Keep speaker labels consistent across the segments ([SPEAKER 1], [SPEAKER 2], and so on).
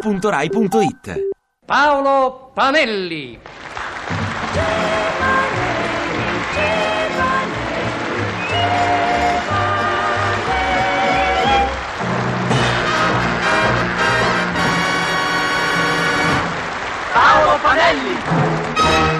[SPEAKER 1] radio2pod.rai.it
[SPEAKER 2] Paolo Panelli. Paolo Panelli.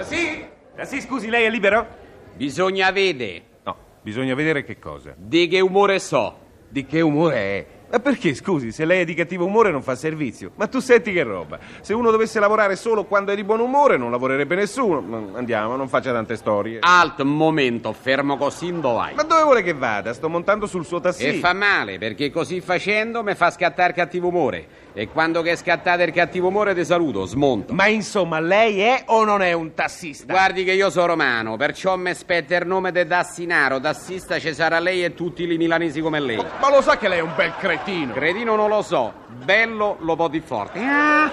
[SPEAKER 3] Sì? sì, scusi, lei è libero?
[SPEAKER 4] Bisogna vedere
[SPEAKER 3] No, bisogna vedere che cosa.
[SPEAKER 4] di che umore so.
[SPEAKER 3] Di che umore è? Ma perché, scusi, se lei è di cattivo umore non fa servizio. Ma tu senti che roba. Se uno dovesse lavorare solo quando è di buon umore non lavorerebbe nessuno. Ma Andiamo, non faccia tante storie.
[SPEAKER 4] Alto momento, fermo così indovai.
[SPEAKER 3] Ma dove vuole che vada? Sto montando sul suo tassino.
[SPEAKER 4] E fa male, perché così facendo mi fa scattare cattivo umore. E quando che scattate il cattivo umore ti saluto, smonto.
[SPEAKER 3] Ma insomma, lei è o non è un tassista?
[SPEAKER 4] Guardi che io sono romano, perciò mi spetta il nome di Dassinaro. D'assista ci sarà lei e tutti i milanesi come lei.
[SPEAKER 3] Ma lo sa che lei è un bel cretino.
[SPEAKER 4] Credino non lo so, bello lo po' di forte. Ah,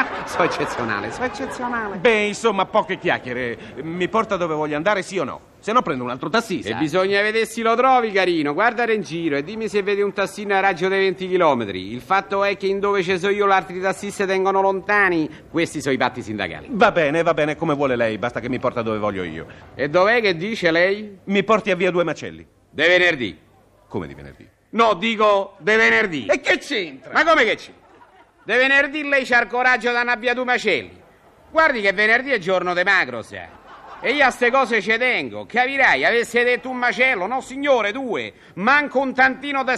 [SPEAKER 4] ah, so eccezionale, so eccezionale.
[SPEAKER 3] Beh, insomma, poche chiacchiere. Mi porta dove voglio andare, sì o no? Se no prendo un altro tassista.
[SPEAKER 4] E bisogna vedersi lo trovi, carino. Guardare in giro e dimmi se vedi un tassino a raggio dei 20 km. Il fatto è che in dove ci so io, gli altri tassisti tengono lontani. Questi sono i patti sindacali.
[SPEAKER 3] Va bene, va bene, come vuole lei, basta che mi porta dove voglio io.
[SPEAKER 4] E dov'è che dice lei?
[SPEAKER 3] Mi porti a via due macelli.
[SPEAKER 4] De venerdì.
[SPEAKER 3] Come di venerdì?
[SPEAKER 4] No, dico de venerdì.
[SPEAKER 3] E che c'entra?
[SPEAKER 4] Ma come che c'è? De venerdì lei c'ha il coraggio da una via due macelli. Guardi che venerdì è giorno de magro, sa. E io a ste cose ci tengo. Capirai, avesse detto un macello, no signore, due. Manco un tantino di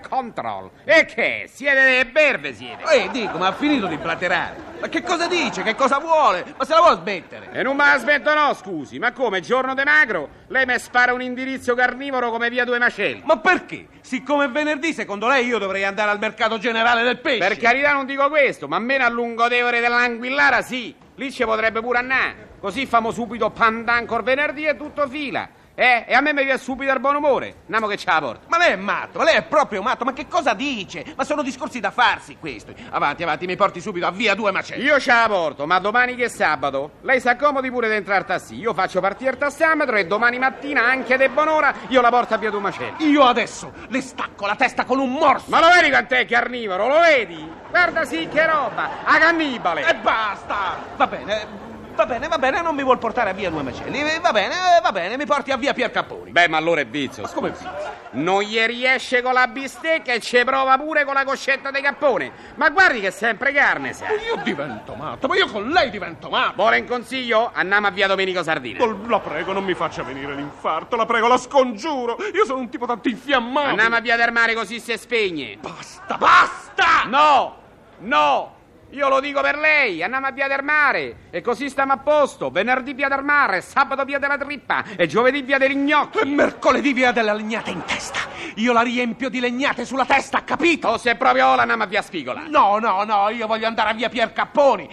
[SPEAKER 4] self-control. E che? Siete delle berve, siete.
[SPEAKER 3] Eh, dico, ma ha finito di platerare. Ma che cosa dice? Che cosa vuole? Ma se la vuole smettere?
[SPEAKER 4] E non me l'aspetto no, scusi, ma come giorno de magro? Lei mi spara un indirizzo carnivoro come via due macelli.
[SPEAKER 3] Ma perché? Siccome è venerdì, secondo lei io dovrei andare al mercato generale del pesce.
[SPEAKER 4] Per carità non dico questo, ma almeno a lungo devore dell'anguillara sì. Lì ci potrebbe pure andare. Così famo subito pandan col venerdì e tutto fila. Eh, e a me mi viene subito il buon umore. Andiamo che ce la porto.
[SPEAKER 3] Ma lei è matto, ma lei è proprio matto, ma che cosa dice? Ma sono discorsi da farsi questi. Avanti, avanti, mi porti subito a via due macelli.
[SPEAKER 4] Io ce la porto, ma domani che è sabato? Lei si accomodi pure di entrare al tassi. Io faccio partire il tassametro e domani mattina, anche de buon'ora, io la porto a via due macelli.
[SPEAKER 3] Io adesso le stacco la testa con un morso.
[SPEAKER 4] Ma lo vedi quant'è carnivoro, lo vedi? Guarda sì che roba, a cannibale!
[SPEAKER 3] E basta! Va bene, va bene, va bene, non mi vuol portare a via due macelli. Eh, Va bene, eh, va bene, mi porti a via Pier Capponi.
[SPEAKER 4] Beh, ma allora è vizio.
[SPEAKER 3] Ma come
[SPEAKER 4] scusi. Non gli riesce con la bistecca e ci prova pure con la coscetta di cappone. Ma guardi che è sempre carne, sa.
[SPEAKER 3] Io divento matto, ma io con lei divento matto.
[SPEAKER 4] Vuole un consiglio? Andiamo a via Domenico Sardina.
[SPEAKER 3] La prego, non mi faccia venire l'infarto, la prego, la scongiuro. Io sono un tipo tanto infiammato.
[SPEAKER 4] Andiamo a via del mare così si spegne.
[SPEAKER 3] Basta, basta!
[SPEAKER 4] No! No! Io lo dico per lei, andiamo a Via del Mare e così stiamo a posto. Venerdì Via del Mare, sabato Via della Trippa e giovedì Via degli Gnocchi.
[SPEAKER 3] E mercoledì via della legnata in testa. Io la riempio di legnate sulla testa, capito?
[SPEAKER 4] O se è proprio la andiamo a Via Spigola.
[SPEAKER 3] No, no, no, io voglio andare a via Pier Capponi.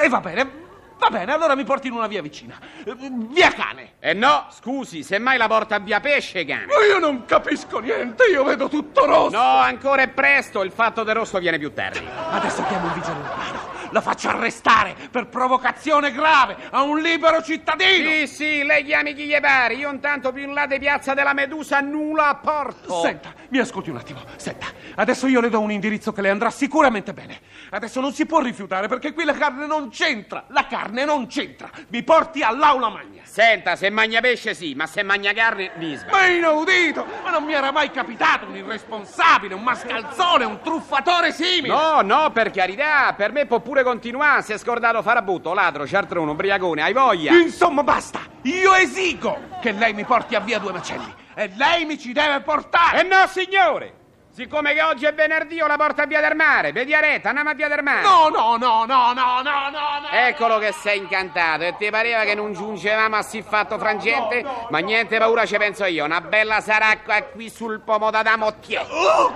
[SPEAKER 3] E va bene, va bene, allora mi porti in una via vicina. Eh, Via Cane.
[SPEAKER 4] E no, scusi, semmai la porta a Via Pesce, cane.
[SPEAKER 3] Ma io non capisco niente, io vedo tutto rosso.
[SPEAKER 4] No, ancora è presto, il fatto del rosso viene più tardi.
[SPEAKER 3] Adesso chiamo il vigile urbano. Lo faccio arrestare per provocazione grave a un libero cittadino.
[SPEAKER 4] Sì, sì, lei chiami chi gli pare. Io intanto più in là di Piazza della Medusa nulla apporto.
[SPEAKER 3] Senta, mi ascolti un attimo, senta. Adesso io le do un indirizzo che le andrà sicuramente bene. Adesso non si può rifiutare perché qui la carne non c'entra. La carne non c'entra. Mi porti all'aula magna.
[SPEAKER 4] Senta, se magna pesce sì, ma se magna carne mi sbaglio.
[SPEAKER 3] Ma è inaudito! Ma non mi era mai capitato un irresponsabile, un mascalzone, un truffatore simile!
[SPEAKER 4] No, no, per carità, per me può pure continuare. Si è scordato farabutto, ladro, ciartrone, ubriacone, hai voglia.
[SPEAKER 3] Insomma, basta! Io esigo che lei mi porti a via due macelli e lei mi ci deve portare!
[SPEAKER 4] E Eh no, signore! Siccome che oggi è venerdì, io la porto a Via del Mare. Vedi a retta, andiamo a Via del Mare.
[SPEAKER 3] No, no, no, no, no, no, no, no!
[SPEAKER 4] Eccolo che sei incantato e ti pareva che non giungevamo a sì fatto frangente? Ma niente paura, ci penso io. Una bella saracca qui sul pomo d'Adamo Tiè.
[SPEAKER 3] Oh!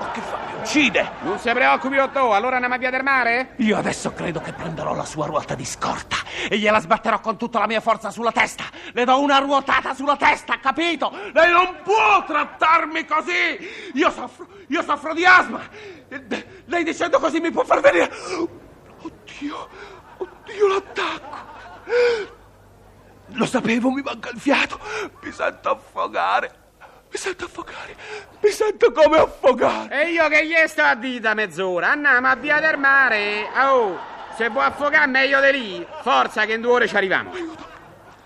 [SPEAKER 3] Ma che fa? Mi uccide!
[SPEAKER 4] Non si preoccupi, Otto, allora andiamo a Via del Mare?
[SPEAKER 3] Io adesso credo che prenderò la sua ruota di scorta e gliela sbatterò con tutta la mia forza sulla testa. Le do una ruotata sulla testa, capito? Lei non può trattarmi così! Io soffro, io soffro di asma! Eh, Lei dicendo così mi può far venire... Oddio, oddio, l'attacco! Lo sapevo, mi manca il fiato, mi sento affogare. Mi sento affogare. Mi sento come affogare.
[SPEAKER 4] E io che gli sto a dita mezz'ora, andiamo a via del mare. Oh, se vuoi affogare meglio di lì, forza che in due ore ci arriviamo.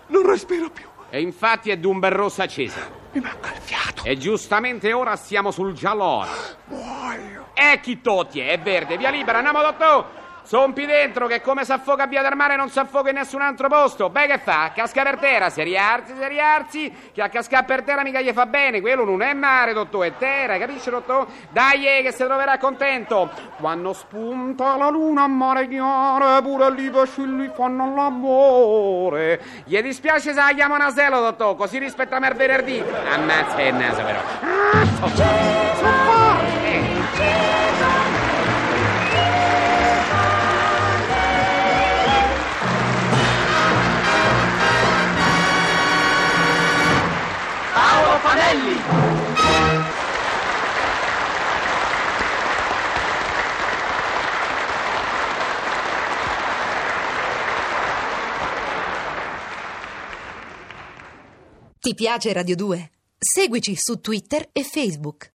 [SPEAKER 3] Non respiro più.
[SPEAKER 4] E infatti è d'un bel rosso acceso.
[SPEAKER 3] Mi manca il fiato.
[SPEAKER 4] E giustamente ora siamo sul giallo oro.
[SPEAKER 3] Muoio.
[SPEAKER 4] E chi totti è? È verde, via libera, andiamo dottore. Sompi dentro che come si affoga a via del mare non si affoga in nessun altro posto. Beh che fa? Casca per terra, se riarzi, se riarzi, che a cascare per terra mica gli fa bene, quello non è mare, dottore, è terra, capisci dottore? Dai eh, che si troverà contento. Quando spunta la luna a mare chiaro, pure lì pescilli fanno l'amore. Gli dispiace se la chiamo Nasello, dottore, così rispetta a me il venerdì. Ammazza che naso però. Ah, sono- sono forte.
[SPEAKER 2] Paolo Panelli!
[SPEAKER 1] Ti piace Radio 2? Seguici su Twitter e Facebook.